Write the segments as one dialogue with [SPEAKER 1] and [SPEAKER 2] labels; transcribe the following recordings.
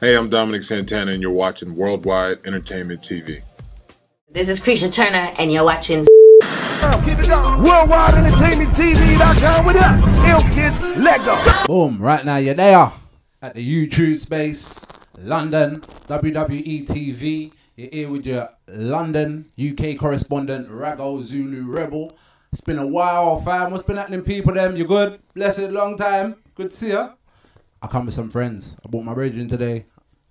[SPEAKER 1] Hey, I'm Dominic Santana, and you're watching Worldwide Entertainment TV.
[SPEAKER 2] This is Creature Turner, and you're watching.
[SPEAKER 3] Worldwide Entertainment TV.com with us. Ill kids, let go.
[SPEAKER 4] Boom, right now you're there at the YouTube space, London, WWE TV. You're here with your London UK correspondent, Rago Zulu Rebel. It's been a while, fam. What's been happening, people? Them, you good? Blessed, long time. Good to see ya. I come with some friends. I bought my brethren today.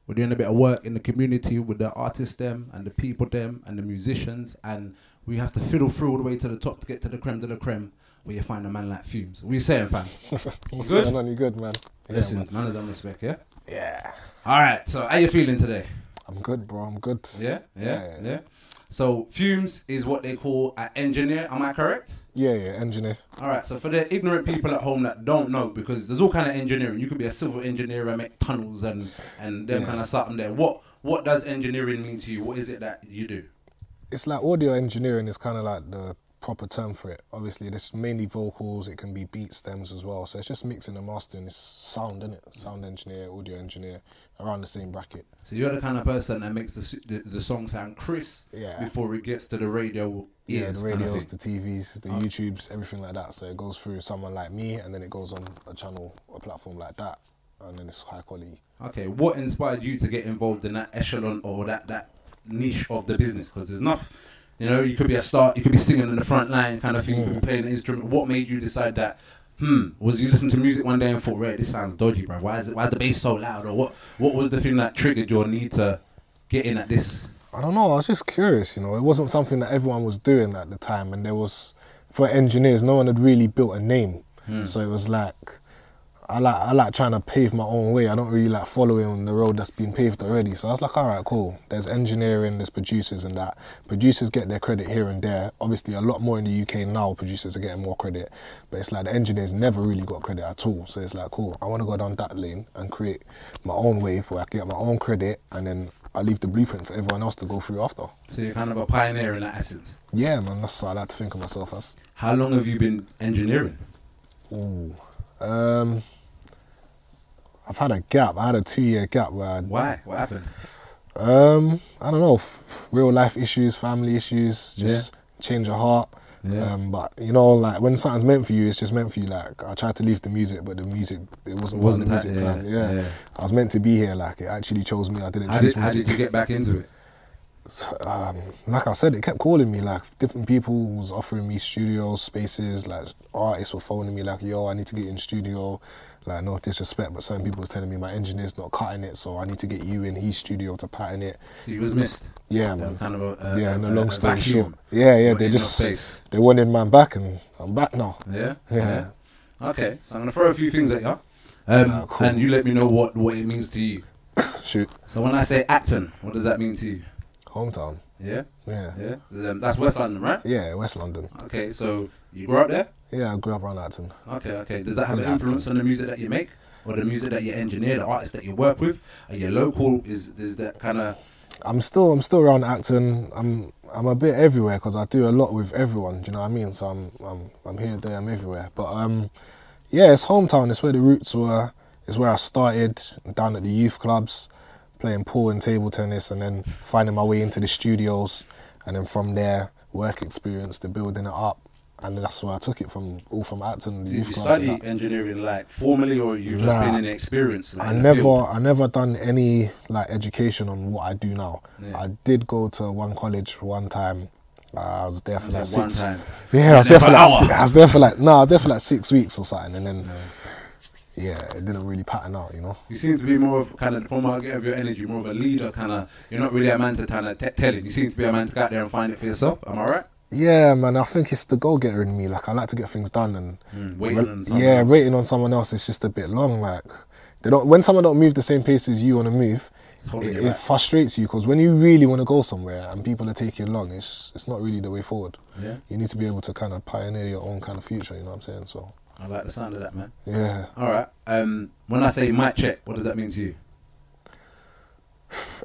[SPEAKER 4] We're doing a bit of work in the community with the artists, them, and the people, them, and the musicians. And we have to fiddle through all the way to the top to get to the creme de la creme where you find a man like Fumes. What you saying, fam?
[SPEAKER 5] You
[SPEAKER 4] good?
[SPEAKER 5] good? you good, man. Yeah,
[SPEAKER 4] Listen,
[SPEAKER 5] man.
[SPEAKER 4] none of them respect, yeah?
[SPEAKER 5] Yeah.
[SPEAKER 4] All right, so how you feeling today?
[SPEAKER 5] I'm good, bro. I'm good.
[SPEAKER 4] Yeah, yeah, yeah.
[SPEAKER 5] Yeah, yeah.
[SPEAKER 4] So fumes is what they call an engineer. Am I correct?
[SPEAKER 5] Yeah, yeah, engineer.
[SPEAKER 4] All right. So for the ignorant people at home that don't know, because there's all kind of engineering. You could be a civil engineer and make tunnels and and them kind of something there. What what does engineering mean to you? What is it that you do?
[SPEAKER 5] It's like audio engineering is kind of like the proper term for it. Obviously, this is mainly vocals. It can be beat stems as well. So it's just mixing and mastering. It's sound, innit? Sound engineer, audio engineer, around the same bracket.
[SPEAKER 4] So you're the kind of person that makes the s- the, the song sound crisp
[SPEAKER 5] Yeah.
[SPEAKER 4] before it gets to the radio
[SPEAKER 5] Yeah,
[SPEAKER 4] ears.
[SPEAKER 5] the
[SPEAKER 4] kind of Uh-huh.
[SPEAKER 5] radios,
[SPEAKER 4] thing.
[SPEAKER 5] the TVs, the YouTubes, everything like that. So it goes through someone like me, and then it goes on a channel, a platform like that, and then it's high quality.
[SPEAKER 4] Okay, what inspired you to get involved in that echelon or that that niche of the business? Because there's enough, you know, you could be a star, you could be singing in the front line kind of thing, you could be playing an instrument. What made you decide that? Hmm, was you listening to music one day and thought, right, this sounds dodgy, bro. Why is it? Why is the bass so loud? Or what? What was the thing that triggered your need to get in at this?
[SPEAKER 5] I don't know. I was just curious, you know. It wasn't something that everyone was doing at the time, and there was for engineers, no one had really built a name. So it was like I like I like trying to pave my own way. I don't really like following the road that's been paved already. So I was like, all right, cool. There's engineering, there's producers, and that producers get their credit here and there. Obviously, a lot more in the UK now. Producers are getting more credit, but it's like the engineers never really got credit at all. So it's like, cool. I want to go down that lane and create my own wave where I get my own credit, and then I leave the blueprint for everyone else to go through after.
[SPEAKER 4] So you're kind of a pioneer in that essence.
[SPEAKER 5] Yeah, man, that's how I like to think of myself as.
[SPEAKER 4] How long have you been engineering?
[SPEAKER 5] Ooh. Um, I've had a gap. I had a two-year gap where I,
[SPEAKER 4] Why? What happened?
[SPEAKER 5] um, I don't know, f- real life issues, family issues, just change of heart.
[SPEAKER 4] Yeah.
[SPEAKER 5] Um, but you know, like when something's meant for you, it's just meant for you. Like I tried to leave the music, but the music it wasn't,
[SPEAKER 4] wasn't
[SPEAKER 5] wasn't the
[SPEAKER 4] that-
[SPEAKER 5] music
[SPEAKER 4] yeah,
[SPEAKER 5] plan. Yeah.
[SPEAKER 4] yeah.
[SPEAKER 5] I was meant to be here. Like it actually chose me. I didn't
[SPEAKER 4] How
[SPEAKER 5] choose
[SPEAKER 4] did, how
[SPEAKER 5] music.
[SPEAKER 4] did you get back into it?
[SPEAKER 5] So, um, like I said, it kept calling me. Like different people was offering me studio spaces. Like artists were phoning me, like, "Yo, I need to get in studio." Like no disrespect, but certain people was telling me my engineer's not cutting it, so I need to get you in his studio to pattern it.
[SPEAKER 4] So you was missed.
[SPEAKER 5] Yeah,
[SPEAKER 4] That was
[SPEAKER 5] man.
[SPEAKER 4] kind of a, a
[SPEAKER 5] yeah, and
[SPEAKER 4] a,
[SPEAKER 5] a long story
[SPEAKER 4] vacuum.
[SPEAKER 5] short, yeah, yeah,
[SPEAKER 4] Not
[SPEAKER 5] they
[SPEAKER 4] enough
[SPEAKER 5] just
[SPEAKER 4] space.
[SPEAKER 5] they wanted man back, and I'm back now.
[SPEAKER 4] Yeah.
[SPEAKER 5] Yeah.
[SPEAKER 4] Okay, so I'm gonna throw a few things at you, um,
[SPEAKER 5] Ah, cool.
[SPEAKER 4] and you let me know what what it means to you.
[SPEAKER 5] Shoot,
[SPEAKER 4] So when I say Acton, what does that mean to you?
[SPEAKER 5] hometown.
[SPEAKER 4] Yeah.
[SPEAKER 5] Yeah, yeah,
[SPEAKER 4] Yeah. Um, that's West London, right?
[SPEAKER 5] West London.
[SPEAKER 4] Okay, so you grew up there.
[SPEAKER 5] Yeah, I grew up around Acton.
[SPEAKER 4] Okay, okay. Does that have an
[SPEAKER 5] Yeah,
[SPEAKER 4] influence on the music that you make, or the music that you engineer, the artists that you work with? Are you local? Is is that kind of
[SPEAKER 5] I'm still I'm still around Acton. I'm I'm a bit everywhere because I do a lot with everyone. Do you know what I mean? So I'm I'm I'm here, there, I'm everywhere. But um, yeah, it's hometown. It's where the roots were. It's where I started down at the youth clubs, playing pool and table tennis, and then finding my way into the studios, and then from there work experience, the building it up, and that's where I took it from all from Acton. The
[SPEAKER 4] did
[SPEAKER 5] youth
[SPEAKER 4] you
[SPEAKER 5] clubs and
[SPEAKER 4] study
[SPEAKER 5] that.
[SPEAKER 4] engineering like formally, or you've just
[SPEAKER 5] Nah.
[SPEAKER 4] been in the experience? Like,
[SPEAKER 5] I
[SPEAKER 4] in the
[SPEAKER 5] never,
[SPEAKER 4] field?
[SPEAKER 5] I never done any like education on what I do now.
[SPEAKER 4] Yeah.
[SPEAKER 5] I did go to one college one time. Uh, I was there for
[SPEAKER 4] It's
[SPEAKER 5] like
[SPEAKER 4] like one
[SPEAKER 5] six.
[SPEAKER 4] time.
[SPEAKER 5] Yeah, I was
[SPEAKER 4] You're
[SPEAKER 5] there
[SPEAKER 4] an
[SPEAKER 5] for like
[SPEAKER 4] hour.
[SPEAKER 5] si- I was there for like no, I was there for like six weeks or something, and then yeah, it didn't really pattern out, you know.
[SPEAKER 4] You seem to be more of kind of from what I get of your energy, more of a leader kind of. You're not really a man to kind of t- tell it. You seem to be a man to go out there and find it for yourself. Am I right?
[SPEAKER 5] Yeah, man, I think it's the goal getter in me. Like I like to get things done, and
[SPEAKER 4] Mm, waiting on someone
[SPEAKER 5] yeah,
[SPEAKER 4] else.
[SPEAKER 5] waiting on someone else is just a bit long. Like they don't when someone don't move the same pace as you want to move.
[SPEAKER 4] holding
[SPEAKER 5] It,
[SPEAKER 4] you
[SPEAKER 5] it
[SPEAKER 4] back.
[SPEAKER 5] frustrates you because when you really want to go somewhere and people are taking long, it's it's not really the way forward.
[SPEAKER 4] Yeah.
[SPEAKER 5] You need to be able to kind of pioneer your own kind of future. You know what I'm saying? So
[SPEAKER 4] I like the sound of that, man.
[SPEAKER 5] yeah,
[SPEAKER 4] All right. Um, when I say mic check, what does that mean to you?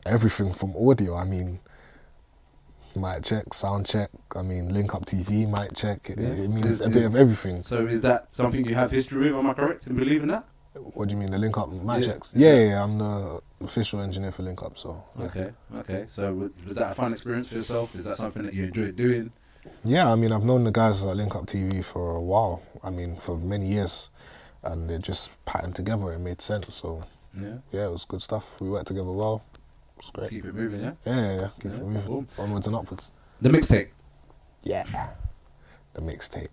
[SPEAKER 5] everything from audio. I mean, mic check, sound check. I mean, link up TV, mic check. It,
[SPEAKER 4] Yeah.
[SPEAKER 5] it means
[SPEAKER 4] Is-
[SPEAKER 5] a
[SPEAKER 4] is-
[SPEAKER 5] bit of everything.
[SPEAKER 4] So is that something you have history with? Am I correct in believing that?
[SPEAKER 5] What do you mean the link up
[SPEAKER 4] Yeah.
[SPEAKER 5] mic checks? Yeah, yeah, I'm the official engineer for Link Up. So yeah.
[SPEAKER 4] Okay, okay. So was, was that a fun experience for yourself? Is that something that you enjoyed doing?
[SPEAKER 5] Yeah, I mean, I've known the guys at Link Up TV for a while. I mean, for many years, and they just patterned together. It made sense. So
[SPEAKER 4] Yeah.
[SPEAKER 5] yeah, it was good stuff. We worked together well. It was great.
[SPEAKER 4] Keep it moving, yeah.
[SPEAKER 5] Yeah, yeah, yeah. Keep
[SPEAKER 4] Yeah,
[SPEAKER 5] it moving
[SPEAKER 4] cool.
[SPEAKER 5] onwards and upwards.
[SPEAKER 4] The mixtape.
[SPEAKER 5] Yeah. The mixtape.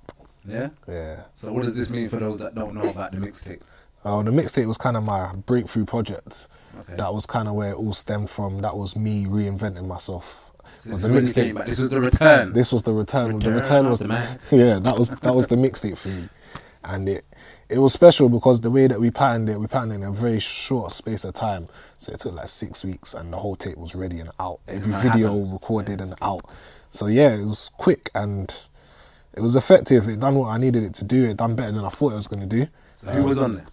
[SPEAKER 4] Yeah.
[SPEAKER 5] Yeah.
[SPEAKER 4] So what does this mean for those that don't know about the mixtape?
[SPEAKER 5] Uh, the mixtape was kind of my breakthrough project.
[SPEAKER 4] Okay.
[SPEAKER 5] That was kind of where it all stemmed from. That was me reinventing myself.
[SPEAKER 4] So this
[SPEAKER 5] Was the
[SPEAKER 4] is when you
[SPEAKER 5] mixtape-
[SPEAKER 4] came back. This was the return.
[SPEAKER 5] This was the return. the
[SPEAKER 4] Return
[SPEAKER 5] return
[SPEAKER 4] of
[SPEAKER 5] was
[SPEAKER 4] the man.
[SPEAKER 5] yeah. That was that was the mixtape for me, and it it was special because the way that we planned it, we planned it in a very short space of time. So it took like six weeks, and the whole tape was ready and out. Every
[SPEAKER 4] not
[SPEAKER 5] video
[SPEAKER 4] happened.
[SPEAKER 5] recorded and out. So yeah, it was quick and it was effective. It done what I needed it to do. It done better than I thought it was going to do.
[SPEAKER 4] So who was on there?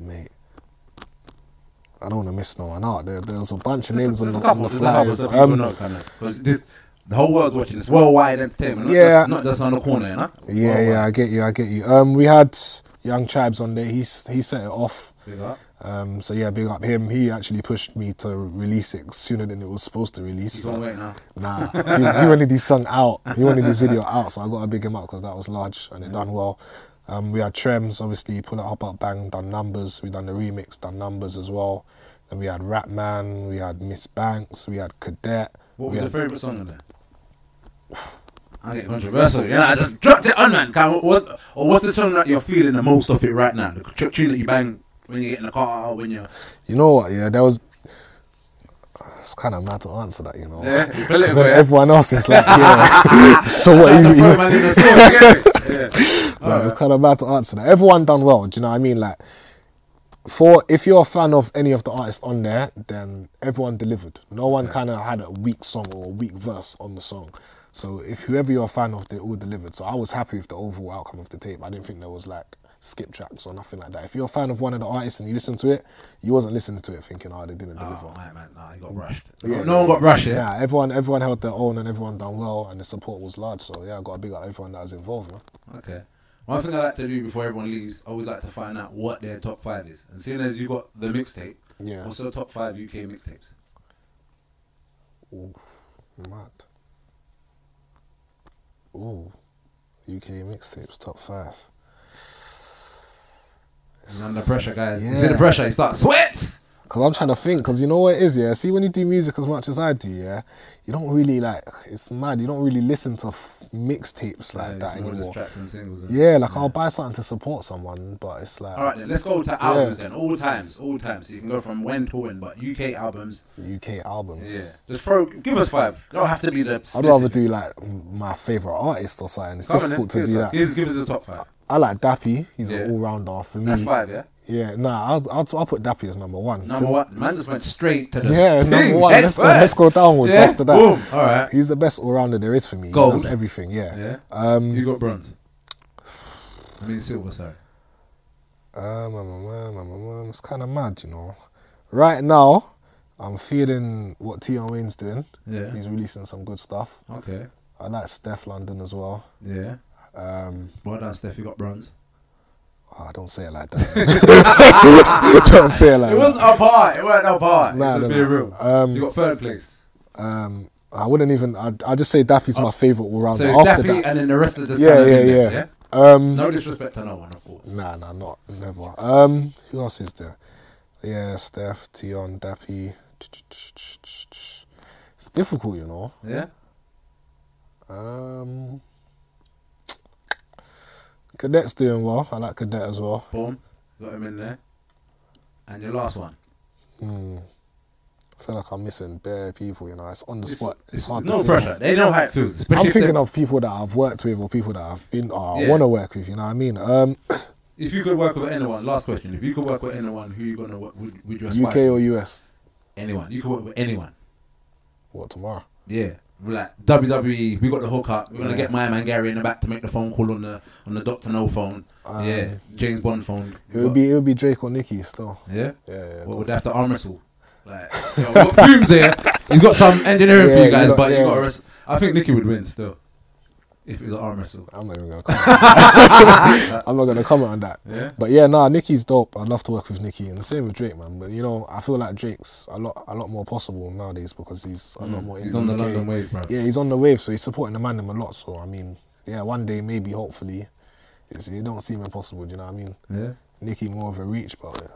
[SPEAKER 5] mate. I don't want to miss no one out. There, there's a bunch of names
[SPEAKER 4] There's a
[SPEAKER 5] on the, on
[SPEAKER 4] couple.
[SPEAKER 5] the
[SPEAKER 4] There's a couple
[SPEAKER 5] flyers.
[SPEAKER 4] of people
[SPEAKER 5] Um,
[SPEAKER 4] know, kind of. 'Cause this, the whole world's watching this. Worldwide entertainment. Not
[SPEAKER 5] Yeah.
[SPEAKER 4] Just, not just on the corner, you know.
[SPEAKER 5] yeah, yeah, I get you, I get you. Um, we had Young Tribes on there. He's he set it off.
[SPEAKER 4] yeah.
[SPEAKER 5] Um, so yeah, big up him. He actually pushed me to release it sooner than it was supposed to release.
[SPEAKER 4] He's on wait now.
[SPEAKER 5] Nah, he, he wanted his song out. He wanted his video out, so I got to big him up because that was large and it done well. Um, we had Trems, obviously, Pull It Hop Up Bang, done numbers. We done the remix, done numbers as well. Then we had Rap Man, we had Miss Banks, we had Cadet.
[SPEAKER 4] What
[SPEAKER 5] we
[SPEAKER 4] was your
[SPEAKER 5] had-
[SPEAKER 4] favourite song on there? I get controversial, you know. I just dropped it on, man. Can, what, or what's the song that you're feeling the most of it right now? The tr- tune that you bang when you get in the car, when you're
[SPEAKER 5] You know what? Yeah, there was. It's kind of mad to answer that, you know.
[SPEAKER 4] yeah, eh? you feel it,
[SPEAKER 5] 'Cause then
[SPEAKER 4] boy.
[SPEAKER 5] everyone else is like, yeah. so what?
[SPEAKER 4] That's
[SPEAKER 5] You,
[SPEAKER 4] the
[SPEAKER 5] you,
[SPEAKER 4] song, man, it's the song, you get it? Yeah.
[SPEAKER 5] Like, It's kind of mad to answer that. Everyone done well. Do you know what I mean? Like, for if you're a fan of any of the artists on there, then everyone delivered. No one kind of had a weak song or a weak verse on the song. So if whoever you're a fan of, they all delivered. So I was happy with the overall outcome of the tape. I didn't think there was like skip tracks or nothing like that. If you're a fan of one of the artists and you listen to it, you wasn't listening to it thinking, oh, they didn't deliver.
[SPEAKER 4] Oh, man, man, nah, he got rushed. no one got rushed. Yeah.
[SPEAKER 5] Yeah, everyone everyone held their own and everyone done well and the support was large. So yeah, I got to big up everyone that was involved. Man.
[SPEAKER 4] Okay. One thing I like to do before everyone leaves, I always like to find out what their top five is. And seeing as you got the mixtape,
[SPEAKER 5] Yeah.
[SPEAKER 4] what's your top five UK mixtapes?
[SPEAKER 5] Ooh, mad. Ooh, UK mixtapes top five.
[SPEAKER 4] He's under pressure, guys. You see
[SPEAKER 5] Yeah.
[SPEAKER 4] the pressure. He starts sweats.
[SPEAKER 5] Cause I'm trying to think. Cause you know what it is, yeah. See, when you do music as much as I do, yeah, you don't really like. It's mad. You don't really listen to f- mixtapes like
[SPEAKER 4] Yeah,
[SPEAKER 5] that
[SPEAKER 4] it's more just
[SPEAKER 5] anymore.
[SPEAKER 4] tracks and singles. and-
[SPEAKER 5] Yeah, like I'll buy something to support someone, but it's like
[SPEAKER 4] All right, then let's go to albums then. All times, all times. So you can go from when to when, but UK albums.
[SPEAKER 5] UK albums.
[SPEAKER 4] Yeah, just throw. Give us five. Don't have to be the.
[SPEAKER 5] I'd
[SPEAKER 4] Specific.
[SPEAKER 5] rather do like m- my favorite artist or something. It's
[SPEAKER 4] Come on,
[SPEAKER 5] difficult
[SPEAKER 4] then.
[SPEAKER 5] to
[SPEAKER 4] Give
[SPEAKER 5] do
[SPEAKER 4] us-
[SPEAKER 5] that.
[SPEAKER 4] Give, give us the top five.
[SPEAKER 5] I like Dappy. He's
[SPEAKER 4] Yeah.
[SPEAKER 5] an all rounder for me.
[SPEAKER 4] That's five, yeah.
[SPEAKER 5] Yeah, nah, I'll, I'll I'll put Dappy as number one.
[SPEAKER 4] Number one, the man just went straight to the.
[SPEAKER 5] Yeah,
[SPEAKER 4] thing,
[SPEAKER 5] number one.
[SPEAKER 4] head
[SPEAKER 5] Let's go,
[SPEAKER 4] first.
[SPEAKER 5] let's go downwards
[SPEAKER 4] Yeah,
[SPEAKER 5] after that.
[SPEAKER 4] Boom. All right.
[SPEAKER 5] He's the best all rounder there is for me.
[SPEAKER 4] Gold.
[SPEAKER 5] He does everything, yeah.
[SPEAKER 4] Yeah.
[SPEAKER 5] Um,
[SPEAKER 4] you got bronze. I mean silver, sorry.
[SPEAKER 5] um, um, um, um, um, um, it's kind of mad, you know. Right now, I'm feeling what Tion Wayne's doing.
[SPEAKER 4] Yeah.
[SPEAKER 5] He's releasing some good stuff.
[SPEAKER 4] Okay.
[SPEAKER 5] I like Steph London as well.
[SPEAKER 4] Yeah.
[SPEAKER 5] Um,
[SPEAKER 4] Well done, Steph. You got bronze.
[SPEAKER 5] oh, don't say it like that. don't say it like
[SPEAKER 4] It
[SPEAKER 5] that.
[SPEAKER 4] wasn't our part. It wasn't our part.
[SPEAKER 5] Nah,
[SPEAKER 4] Nah,
[SPEAKER 5] nah,
[SPEAKER 4] be
[SPEAKER 5] nah.
[SPEAKER 4] real.
[SPEAKER 5] Um,
[SPEAKER 4] you got third place.
[SPEAKER 5] Um, I wouldn't even. I'd, I'd just say Dappy's my favorite all rounder.
[SPEAKER 4] Uh, So it's
[SPEAKER 5] after
[SPEAKER 4] Dappy
[SPEAKER 5] that,
[SPEAKER 4] and then the rest of the
[SPEAKER 5] Yeah,
[SPEAKER 4] standard
[SPEAKER 5] yeah,
[SPEAKER 4] in there,
[SPEAKER 5] yeah. um,
[SPEAKER 4] No disrespect to no one, of course.
[SPEAKER 5] Nah, nah, not never. Um, who else is there? Yeah, Steph, Tion, Dappy. It's difficult, you know.
[SPEAKER 4] Yeah.
[SPEAKER 5] Um, Cadet's doing well. I like Cadet as well.
[SPEAKER 4] Boom. Got him in there. And your last one.
[SPEAKER 5] Hmm. I feel like I'm missing bare people. You know, it's on the
[SPEAKER 4] It's-
[SPEAKER 5] spot. It's,
[SPEAKER 4] it's-
[SPEAKER 5] hard.
[SPEAKER 4] no
[SPEAKER 5] to think of.
[SPEAKER 4] pressure. They know how it feels. Especially
[SPEAKER 5] I'm
[SPEAKER 4] if, they-
[SPEAKER 5] thinking of people that I've worked with or people that I've been or
[SPEAKER 4] Yeah.
[SPEAKER 5] want to work with. You know what I mean? Um,
[SPEAKER 4] if you could work with anyone. Last question. If you could work with anyone, who you gonna work with? Would you aspire?
[SPEAKER 5] UK or US?
[SPEAKER 4] anyone? You could work with anyone.
[SPEAKER 5] What tomorrow?
[SPEAKER 4] Yeah. We're Like WWE, we got the hookup. We're gonna
[SPEAKER 5] E, Yeah.
[SPEAKER 4] get my man Gary in the back to make the phone call on the on the Doctor No phone.
[SPEAKER 5] Um,
[SPEAKER 4] yeah, James Bond phone.
[SPEAKER 5] It would be it would be Drake or Nicki still.
[SPEAKER 4] yeah.
[SPEAKER 5] Yeah, yeah.
[SPEAKER 4] Well, we'd have to arm wrestle. Like, yo, we've got fumes here. He's got some engineering for
[SPEAKER 5] Yeah,
[SPEAKER 4] you guys,
[SPEAKER 5] you got-
[SPEAKER 4] but you
[SPEAKER 5] yeah.
[SPEAKER 4] got to wrestle. I think Nikki would win still. if it's an arm wrestle.
[SPEAKER 5] I'm not even gonna comment. I'm not gonna comment on that. But yeah, nah, Nicki's dope. I'd love to work with Nicki, and the same with Drake, man. But you know, I feel like Drake's a lot, a lot more possible nowadays because he's a lot more. in
[SPEAKER 4] Mm. He's on the
[SPEAKER 5] UK.
[SPEAKER 4] London wave, bro.
[SPEAKER 5] Yeah, he's on the wave, so he's supporting the man him a lot. So I mean, yeah, one day maybe, hopefully, it's, it don't seem impossible. Do you know what I mean?
[SPEAKER 4] Yeah.
[SPEAKER 5] Nicki more of a reach, but yeah,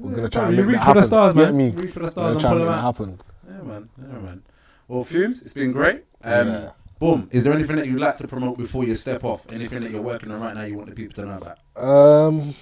[SPEAKER 5] we're
[SPEAKER 4] Yeah,
[SPEAKER 5] gonna try
[SPEAKER 4] bro,
[SPEAKER 5] and
[SPEAKER 4] you
[SPEAKER 5] make
[SPEAKER 4] reach for the
[SPEAKER 5] that happen.
[SPEAKER 4] stars,
[SPEAKER 5] You get
[SPEAKER 4] man.
[SPEAKER 5] me?
[SPEAKER 4] Reach for the
[SPEAKER 5] We're
[SPEAKER 4] stars
[SPEAKER 5] gonna
[SPEAKER 4] and
[SPEAKER 5] try
[SPEAKER 4] pull
[SPEAKER 5] make
[SPEAKER 4] them
[SPEAKER 5] that
[SPEAKER 4] out.
[SPEAKER 5] happen.
[SPEAKER 4] Yeah, man. Yeah, man. Well, Fumes, it's been great. Um,
[SPEAKER 5] Yeah.
[SPEAKER 4] Boom. Is there anything that you'd like to promote before you step off? Anything that you're working on right now you want the people to know about?
[SPEAKER 5] Um,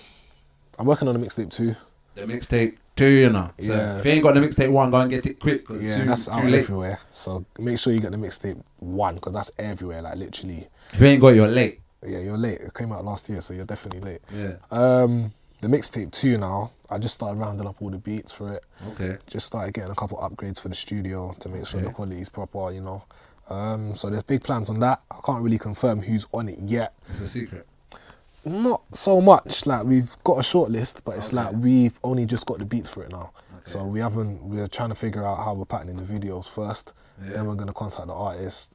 [SPEAKER 5] I'm working on a mixtape too.
[SPEAKER 4] The mixtape two, you know. So
[SPEAKER 5] Yeah.
[SPEAKER 4] if you ain't got the mixtape one, go and get it quick. 'cause
[SPEAKER 5] Yeah,
[SPEAKER 4] soon
[SPEAKER 5] that's
[SPEAKER 4] it's
[SPEAKER 5] out
[SPEAKER 4] too late.
[SPEAKER 5] everywhere. So make sure you get the mixtape one because that's everywhere. Like literally,
[SPEAKER 4] If you ain't got, it, you're late.
[SPEAKER 5] yeah, you're late. It came out last year, so you're definitely late.
[SPEAKER 4] Yeah.
[SPEAKER 5] Um, the mixtape two now. I just started rounding up all the beats for it.
[SPEAKER 4] Okay.
[SPEAKER 5] Just started getting a couple upgrades for the studio to make sure the
[SPEAKER 4] Okay.
[SPEAKER 5] quality is proper. You know. Um, so there's big plans on that. I can't really confirm who's on it yet.
[SPEAKER 4] It's a secret.
[SPEAKER 5] Not so much. Like we've got a short list, but it's
[SPEAKER 4] Okay.
[SPEAKER 5] like we've only just got the beats for it now. So
[SPEAKER 4] Okay.
[SPEAKER 5] we haven't. We're trying to figure out how we're patterning the videos first.
[SPEAKER 4] Yeah.
[SPEAKER 5] Then we're gonna contact the artist,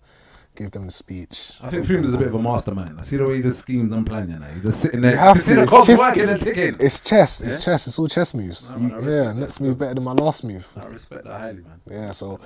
[SPEAKER 5] give them the speech.
[SPEAKER 4] I think Fumes is a bit of a mastermind. I see the way he just schemes and planning. Now. He's just sitting there.
[SPEAKER 5] You have
[SPEAKER 4] he's in
[SPEAKER 5] to.
[SPEAKER 4] the
[SPEAKER 5] It's,
[SPEAKER 4] clock
[SPEAKER 5] just,
[SPEAKER 4] working and ticking.
[SPEAKER 5] it's chess. It's
[SPEAKER 4] Yeah?
[SPEAKER 5] chess. It's all chess moves.
[SPEAKER 4] No, man, I
[SPEAKER 5] You-
[SPEAKER 4] respect
[SPEAKER 5] yeah,
[SPEAKER 4] that
[SPEAKER 5] next
[SPEAKER 4] still.
[SPEAKER 5] move better than my last move.
[SPEAKER 4] I respect that highly, man.
[SPEAKER 5] Yeah, so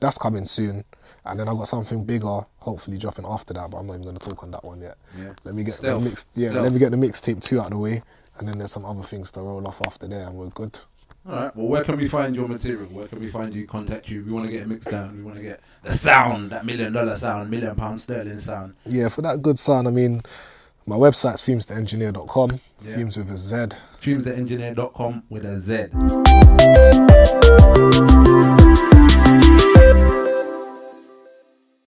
[SPEAKER 5] that's coming soon. And then I got something bigger, hopefully dropping after that. But I'm not even gonna talk on that one yet.
[SPEAKER 4] Yeah.
[SPEAKER 5] Let me get
[SPEAKER 4] Stealth.
[SPEAKER 5] the mix. Yeah,
[SPEAKER 4] Stealth.
[SPEAKER 5] let me get the mixtape two out of the way, and then there's some other things to roll off after there, and we're good.
[SPEAKER 4] All right. Well, where can we find your material? Where can we find you? Contact you. We want to get it mixed down. We want to get the sound, that million dollar sound, million pound sterling sound.
[SPEAKER 5] Yeah, for that good sound, I mean, my website's themesteengineer.com.
[SPEAKER 4] Yeah.
[SPEAKER 5] Themes with a Z.
[SPEAKER 4] Streamsthengineer.com with a Z.